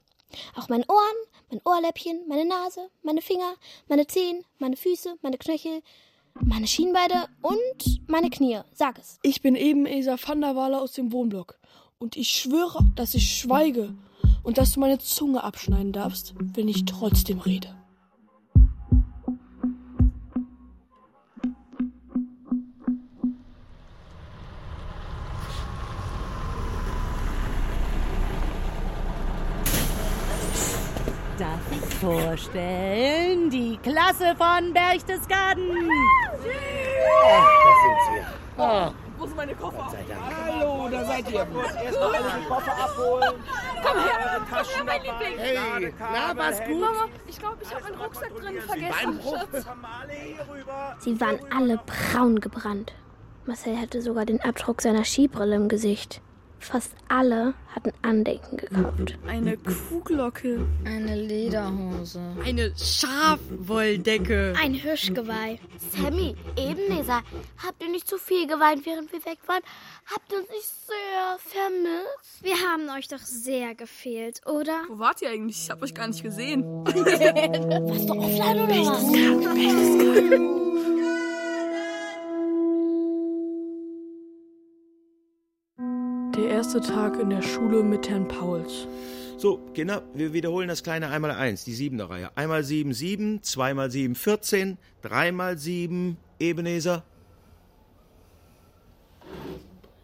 Auch meine Ohren, mein Ohrläppchen, meine Nase, meine Finger, meine Zehen, meine Füße, meine Knöchel, meine Schienbeine und meine Knie. Sag es. Ich bin eben Esa van der Waal aus dem Wohnblock. Und ich schwöre, dass ich schweige und dass du meine Zunge abschneiden darfst, wenn ich trotzdem rede. Darf ich vorstellen, die Klasse von Berchtesgaden. Äh, Da sind sie. Ah. Oh. Wo sind meine Koffer? Hallo, da seid ihr. Erstmal alle die Koffer abholen. Komm her, eure Taschen mein Liebling. Hey, na, war's gut? Mama, ich glaube, ich habe meinen Rucksack drin vergessen. Schatz. Sie waren alle braun gebrannt. Marcel hatte sogar den Abdruck seiner Skibrille im Gesicht. Fast alle hatten Andenken gekauft. Eine Kuhglocke. Eine Lederhose. Eine Schafwolldecke. Ein Hirschgeweih. Sammy, Ebenezer, habt ihr nicht zu viel geweint, während wir weg waren? Habt ihr uns nicht sehr vermisst? Wir haben euch doch sehr gefehlt, oder? Wo wart ihr eigentlich? Ich hab euch gar nicht gesehen. Warst du offline oder Der erste Tag in der Schule mit Herrn Pauls. So, Kinder, wir wiederholen das kleine einmal eins, die siebener Reihe. Einmal sieben, sieben, zweimal sieben, 14, dreimal sieben, Ebenezer.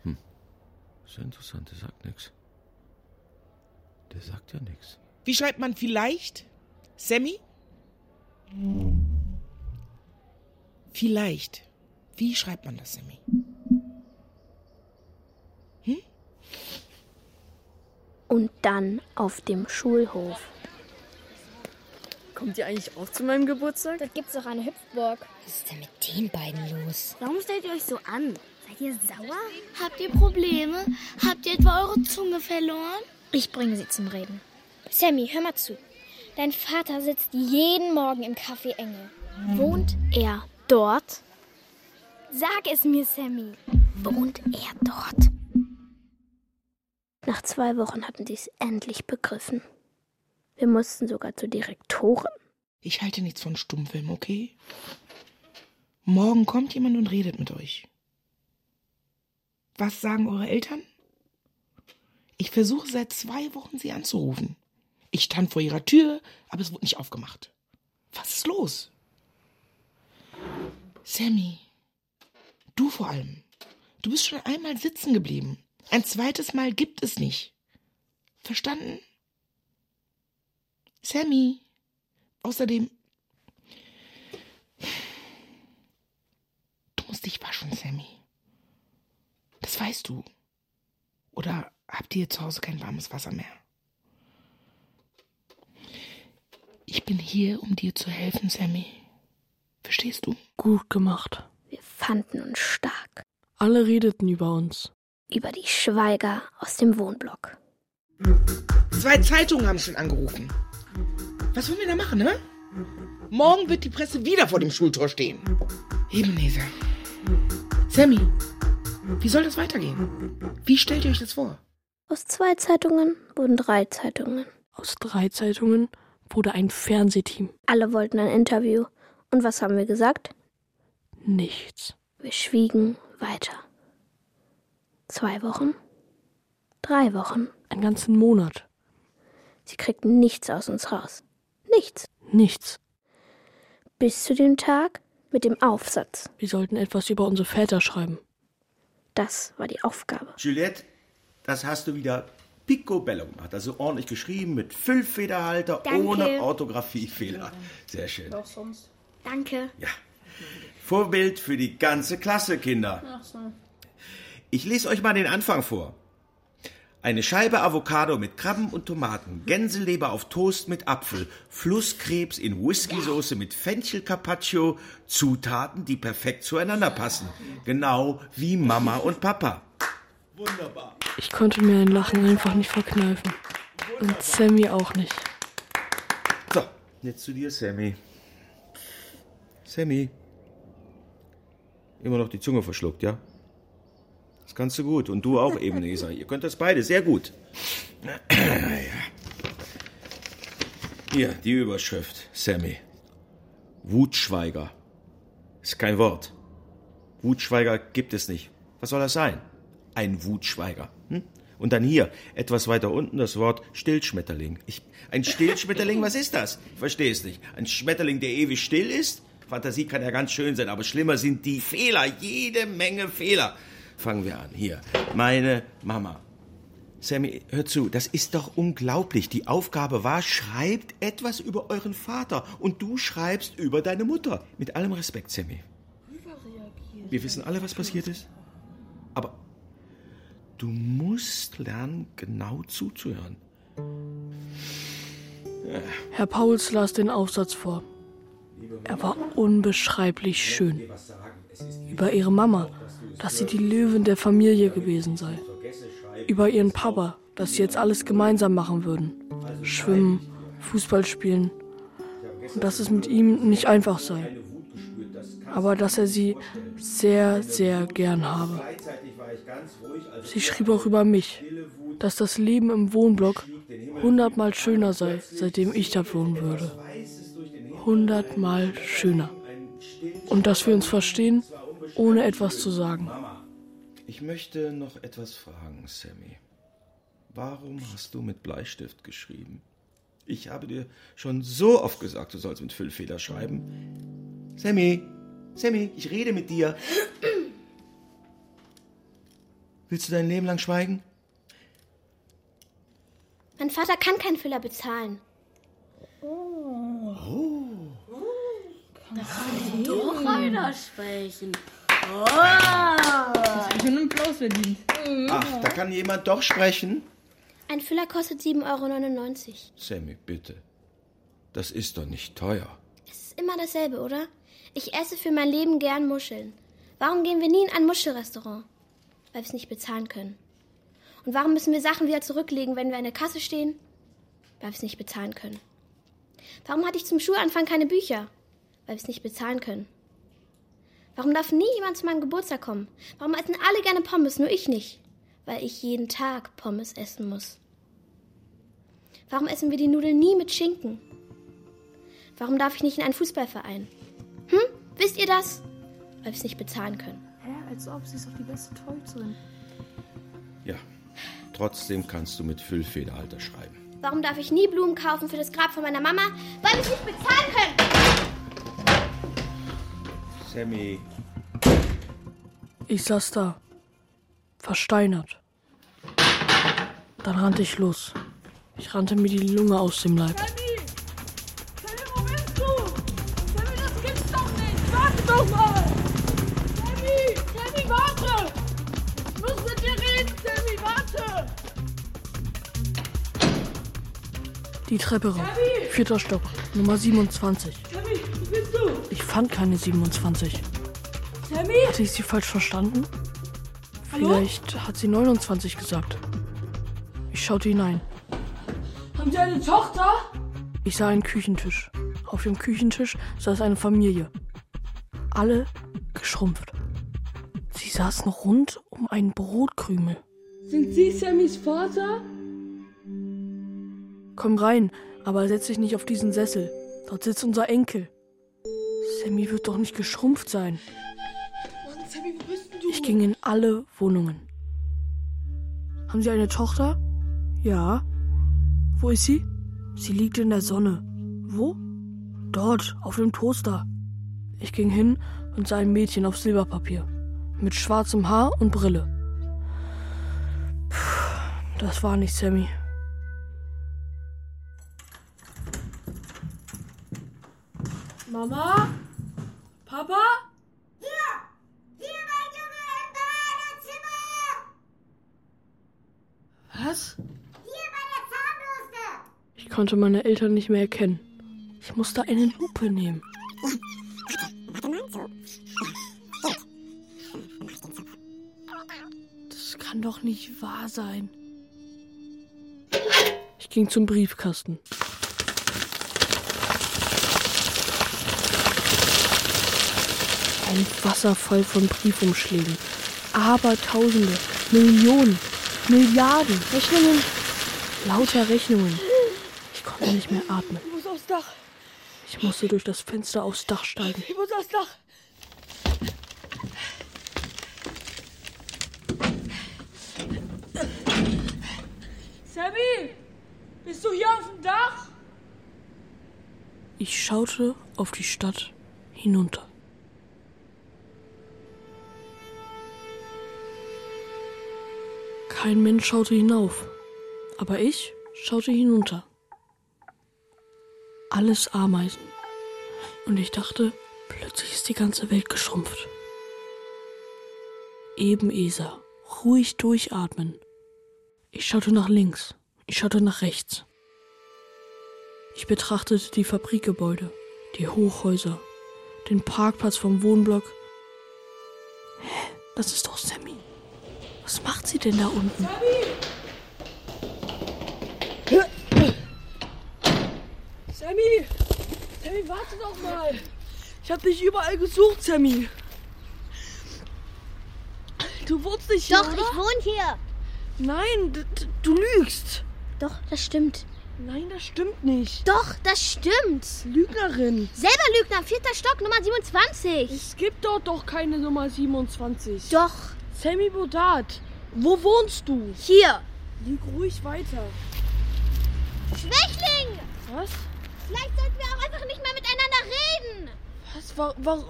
Hm. Ist ja interessant, der sagt nichts. Der sagt ja nichts. Wie schreibt man vielleicht? Sammy? Vielleicht. Wie schreibt man das, Sammy? Und dann auf dem Schulhof. Kommt ihr eigentlich auch zu meinem Geburtstag? Da gibt's doch eine Hüpfburg. Was ist denn mit den beiden los? Warum stellt ihr euch so an? Seid ihr sauer? Habt ihr Probleme? Habt ihr etwa eure Zunge verloren? Ich bringe sie zum Reden. Sammy, hör mal zu. Dein Vater sitzt jeden Morgen im Café Engel. Wohnt er dort? Sag es mir, Sammy. Wohnt er dort? Nach zwei Wochen hatten sie es endlich begriffen. Wir mussten sogar zur Direktorin. Ich halte nichts von Stummfilm, okay? Morgen kommt jemand und redet mit euch. Was sagen eure Eltern? Ich versuche seit zwei Wochen, sie anzurufen. Ich stand vor ihrer Tür, aber es wurde nicht aufgemacht. Was ist los? Sammy, Du vor allem. Du bist schon einmal sitzen geblieben. Ein zweites Mal gibt es nicht. Verstanden? Sammy. Außerdem. Du musst dich waschen, Sammy. Das weißt du. Oder habt ihr zu Hause kein warmes Wasser mehr? Ich bin hier, um dir zu helfen, Sammy. Verstehst du? Gut gemacht. Wir fanden uns stark. Alle redeten über uns. Über die Schweiger aus dem Wohnblock. Zwei Zeitungen haben schon angerufen. Was wollen wir da machen, ne? Morgen wird die Presse wieder vor dem Schultor stehen. Ebenezer. Sammy, wie soll das weitergehen? Wie stellt ihr euch das vor? Aus zwei Zeitungen wurden drei Zeitungen. Aus drei Zeitungen wurde ein Fernsehteam. Alle wollten ein Interview. Und was haben wir gesagt? Nichts. Wir schwiegen weiter. Zwei Wochen? Drei Wochen? Einen ganzen Monat. Sie kriegten nichts aus uns raus. Nichts. Nichts. Bis zu dem Tag mit dem Aufsatz. Wir sollten etwas über unsere Väter schreiben. Das war die Aufgabe. Juliette, das hast du wieder picobello gemacht. Also ordentlich geschrieben mit Füllfederhalter Danke. ohne Orthographiefehler. Sehr schön. Doch sonst. Danke. Ja. Vorbild für die ganze Klasse, Kinder. Ach so. Ich lese euch mal den Anfang vor. Eine Scheibe Avocado mit Krabben und Tomaten, Gänseleber auf Toast mit Apfel, Flusskrebs in Whiskysoße mit Fenchel Carpaccio, Zutaten, die perfekt zueinander passen. Genau wie Mama und Papa. Wunderbar. Ich konnte mir ein Lachen einfach nicht verkneifen. Und Sammy auch nicht. So, jetzt zu dir, Sammy. Sammy. Immer noch die Zunge verschluckt, ja? Das kannst du gut. Und du auch, Ebenezer. Ihr könnt das beide sehr gut. Ja. Hier, die Überschrift, Sammy. Wutschweiger. Ist kein Wort. Wutschweiger gibt es nicht. Was soll das sein? Ein Wutschweiger. Hm? Und dann hier, etwas weiter unten, das Wort Stillschmetterling. Ich, ein Stillschmetterling, was ist das? Ich verstehe es nicht. Ein Schmetterling, der ewig still ist? Fantasie kann ja ganz schön sein, aber schlimmer sind die Fehler. Jede Menge Fehler. Fangen wir an. Hier, meine Mama. Sammy, hör zu, das ist doch unglaublich. Die Aufgabe war, schreibt etwas über euren Vater und du schreibst über deine Mutter. Mit allem Respekt, Sammy. Wir wissen alle, was passiert ist. Aber du musst lernen, genau zuzuhören. Herr Pauls las den Aufsatz vor. Er war unbeschreiblich schön. Über ihre Mama, dass sie die Löwin der Familie gewesen sei. Über ihren Papa, dass sie jetzt alles gemeinsam machen würden. Schwimmen, Fußball spielen. Und dass es mit ihm nicht einfach sei. Aber dass er sie sehr, sehr gern habe. Sie schrieb auch über mich, dass das Leben im Wohnblock hundertmal schöner sei, seitdem ich da wohnen würde. Hundertmal schöner. Und dass wir uns verstehen, ohne etwas zu sagen. Ich möchte noch etwas fragen, Sammy. Warum hast du mit Bleistift geschrieben? Ich habe dir schon so oft gesagt, du sollst mit Füllfeder schreiben. Sammy, Sammy, ich rede mit dir. Willst du dein Leben lang schweigen? Mein Vater kann keinen Fehler bezahlen. Da kann Hm. doch einer sprechen. Oh. Ich bin Applaus verdient. Ach, da kann jemand doch sprechen. Ein Füller kostet 7,99 Euro. Sammy, bitte. Das ist doch nicht teuer. Es ist immer dasselbe, oder? Ich esse für mein Leben gern Muscheln. Warum gehen wir nie in ein Muschelrestaurant? Weil wir es nicht bezahlen können. Und warum müssen wir Sachen wieder zurücklegen, wenn wir an der Kasse stehen? Weil wir es nicht bezahlen können. Warum hatte ich zum Schulanfang keine Bücher? Weil wir es nicht bezahlen können. Warum darf nie jemand zu meinem Geburtstag kommen? Warum essen alle gerne Pommes, nur ich nicht? Weil ich jeden Tag Pommes essen muss. Warum essen wir die Nudeln nie mit Schinken? Warum darf ich nicht in einen Fußballverein? Hm? Wisst ihr das? Weil wir es nicht bezahlen können. Hä, als ob sie ist doch die beste Teuterin. Ja, trotzdem kannst du mit Füllfederhalter schreiben. Warum darf ich nie Blumen kaufen für das Grab von meiner Mama? Weil wir es nicht bezahlen können. Sammy. Ich saß da, versteinert. Dann rannte ich los. Ich rannte mir die Lunge aus dem Leib. Das gibt's doch nicht! Warte doch mal! Sammy! Sammy, warte! Ich muss mit dir reden, Sammy, warte! Die Treppe rauf. Vierter Stock, Nummer 27. Sammy, wo bist du? Ich fand keine 27. Sammy? Hatte ich sie falsch verstanden? Hallo? Vielleicht hat sie 29 gesagt. Ich schaute hinein. Haben Sie eine Tochter? Ich sah einen Küchentisch. Auf dem Küchentisch saß eine Familie. Alle geschrumpft. Sie saßen rund um einen Brotkrümel. Sind Sie Sammys Vater? Komm rein, aber setz dich nicht auf diesen Sessel. Dort sitzt unser Enkel. Sammy wird doch nicht geschrumpft sein. Mann, Sammy, wo bist denn du? Ich ging in alle Wohnungen. Haben Sie eine Tochter? Ja. Wo ist sie? Sie liegt in der Sonne. Wo? Dort, auf dem Toaster. Ich ging hin und sah ein Mädchen auf Silberpapier. Mit schwarzem Haar und Brille. Puh, das war nicht Sammy. Mama? Papa? Was? Ich konnte meine Eltern nicht mehr erkennen. Ich musste eine Lupe nehmen. Das kann doch nicht wahr sein. Ich ging zum Briefkasten. Ein Wasserfall von Briefumschlägen. Abertausende, Millionen, Milliarden Rechnungen. Lauter Rechnungen. Ich konnte nicht mehr atmen. Ich muss aufs Dach. Ich musste durch das Fenster aufs Dach steigen. Ich muss aufs Dach. Sammy! Bist du hier auf dem Dach? Ich schaute auf die Stadt hinunter. Kein Mensch schaute hinauf, aber ich schaute hinunter. Alles Ameisen. Und ich dachte, plötzlich ist die ganze Welt geschrumpft. Eben Esa, ruhig durchatmen. Ich schaute nach links, ich schaute nach rechts. Ich betrachtete die Fabrikgebäude, die Hochhäuser, den Parkplatz vom Wohnblock. Hä, das ist doch Sammy. Was macht sie denn da unten? Sammy! Sammy, warte doch mal! Ich hab dich überall gesucht, Sammy! Du wohnst nicht hier, Doch, oder? ich wohne hier. Nein, d- d- du lügst! Doch, das stimmt. Nein, das stimmt nicht. Doch, das stimmt. Lügnerin. Selber Lügner, vierter Stock, Nummer 27. Es gibt dort doch keine Nummer 27. Doch. Sammy Bodat, wo wohnst du? Hier. Lieg ruhig weiter. Schwächling! Was? Vielleicht sollten wir auch einfach nicht mehr miteinander reden. Was? Warum?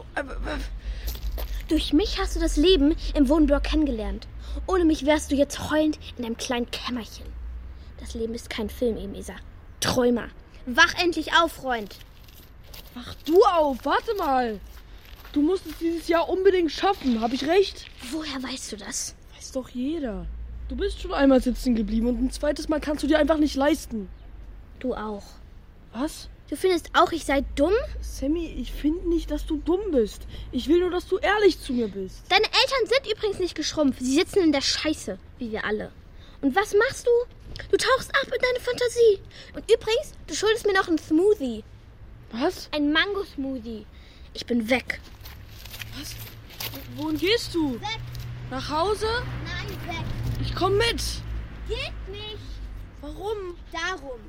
Durch mich hast du das Leben im Wohnblock kennengelernt. Ohne mich wärst du jetzt heulend in deinem kleinen Kämmerchen. Das Leben ist kein Film, Emesa. Träumer. Wach endlich auf, Freund. Wach du auf, warte mal. Du musst es dieses Jahr unbedingt schaffen, hab ich recht? Woher weißt du das? Weiß doch jeder. Du bist schon einmal sitzen geblieben und ein zweites Mal kannst du dir einfach nicht leisten. Du auch. Was? Du findest auch, ich sei dumm? Sammy, ich finde nicht, dass du dumm bist. Ich will nur, dass du ehrlich zu mir bist. Deine Eltern sind übrigens nicht geschrumpft. Sie sitzen in der Scheiße, wie wir alle. Und was machst du? Du tauchst ab in deine Fantasie. Und übrigens, du schuldest mir noch einen Smoothie. Was? Ein Mango-Smoothie. Ich bin weg. Wohin gehst du? Weg. Nach Hause? Nein, weg. Ich komm mit. Geht nicht. Warum? Darum.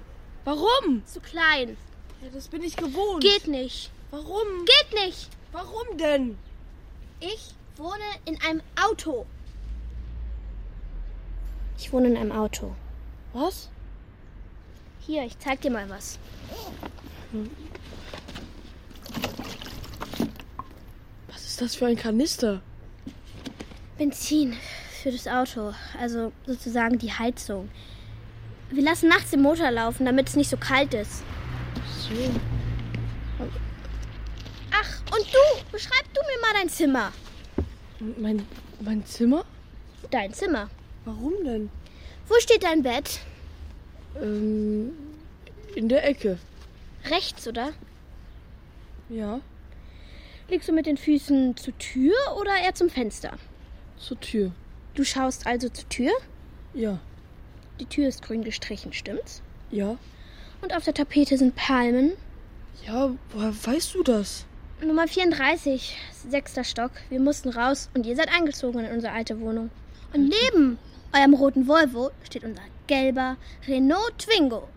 Warum? Zu klein. Ja, das bin ich gewohnt. Geht nicht. Warum? Geht nicht. Warum denn? Ich wohne in einem Auto. Ich wohne in einem Auto. Was? Hier, ich zeig dir mal was. Was ist das für ein Kanister? Benzin für das Auto, also sozusagen die Heizung. Wir lassen nachts den Motor laufen, damit es nicht so kalt ist. Schön. Ach, und du, beschreib du mir mal dein Zimmer. Mein, mein Zimmer? Dein Zimmer. Warum denn? Wo steht dein Bett? Ähm, in der Ecke. Rechts, oder? Ja, Liegst du mit den Füßen zur Tür oder eher zum Fenster? zur Tür. Du schaust also zur Tür? Ja. Die Tür ist grün gestrichen, stimmt's? Ja. Und auf der Tapete sind Palmen. Ja, woher weißt du das? Nummer 34, sechster Stock. Wir mussten raus und ihr seid eingezogen in unsere alte Wohnung. Und neben eurem roten Volvo steht unser gelber Renault Twingo.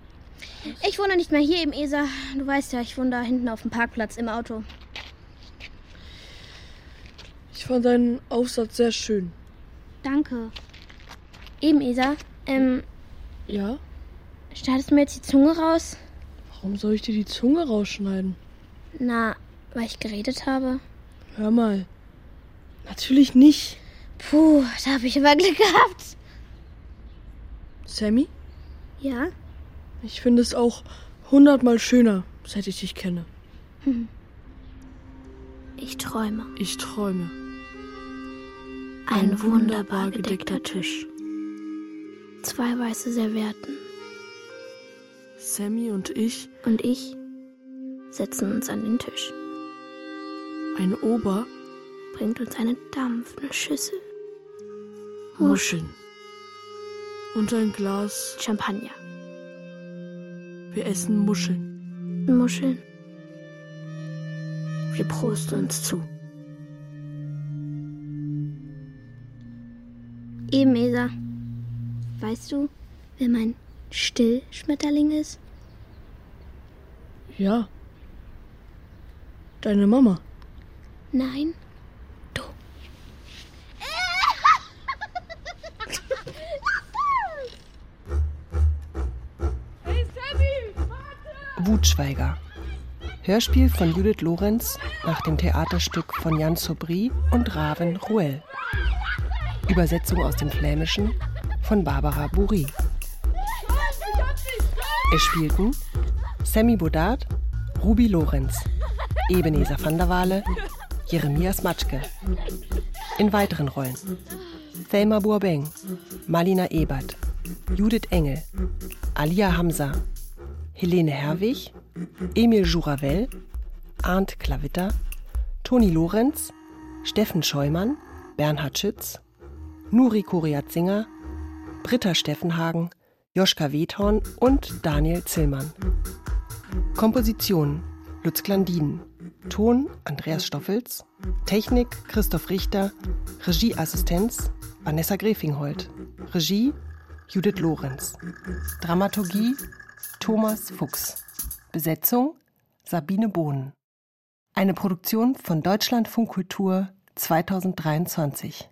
Ich wohne nicht mehr hier im ESA. Du weißt ja, ich wohne da hinten auf dem Parkplatz im Auto. Ich fand deinen Aufsatz sehr schön. Danke. Eben, Isa. Ähm, Ja? startest du mir jetzt die Zunge raus? Warum soll ich dir die Zunge rausschneiden? Na, weil ich geredet habe. Hör mal. Natürlich nicht. Puh, Oh, da habe ich aber Glück gehabt. Sammy, Ja? ich finde es auch hundertmal schöner, seit ich dich kenne. Hm. Ich träume. Ich träume. Ein wunderbar gedeckter Tisch. Zwei weiße Servietten. Sammy und ich Und ich setzen uns an den Tisch. Ein Ober. Bringt uns eine dampfende Schüssel. Hm? Muscheln. Und ein Glas. Champagner. Wir essen Muscheln. Muscheln. Wir prosten uns zu. Eben, Esa. Weißt du, wer mein Stillschmetterling ist? Ja. Deine Mama. Nein. Wutschweiger. Hörspiel von Judith Lorenz nach dem Theaterstück von Jan Sobry und Raven Ruell. Übersetzung aus dem Flämischen von Barbara Buri. Es spielten Sammy Bodard, Ruby Lorenz, Ebenezer van der Waale, Jeremias Matschke. In weiteren Rollen Thelma Burbeng, Marlina Ebert, Judith Engel, Alia Hamza, Helene Herwig, Emil Juravel, Arndt Klavitter, Toni Lorenz, Steffen Scheumann, Bernhard Schütz, Nuri Koriatzinger, Britta Steffenhagen, Joschka Wethorn und Daniel Zillmann. Komposition Lutz Glandin. Ton Andreas Stoffels. Technik Christoph Richter. Regieassistenz Vanessa Grefinghold. Regie Judith Lorenz. Dramaturgie Thomas Fuchs. Besetzung Sabine Bohnen. Eine Produktion von Deutschlandfunk Kultur 2023.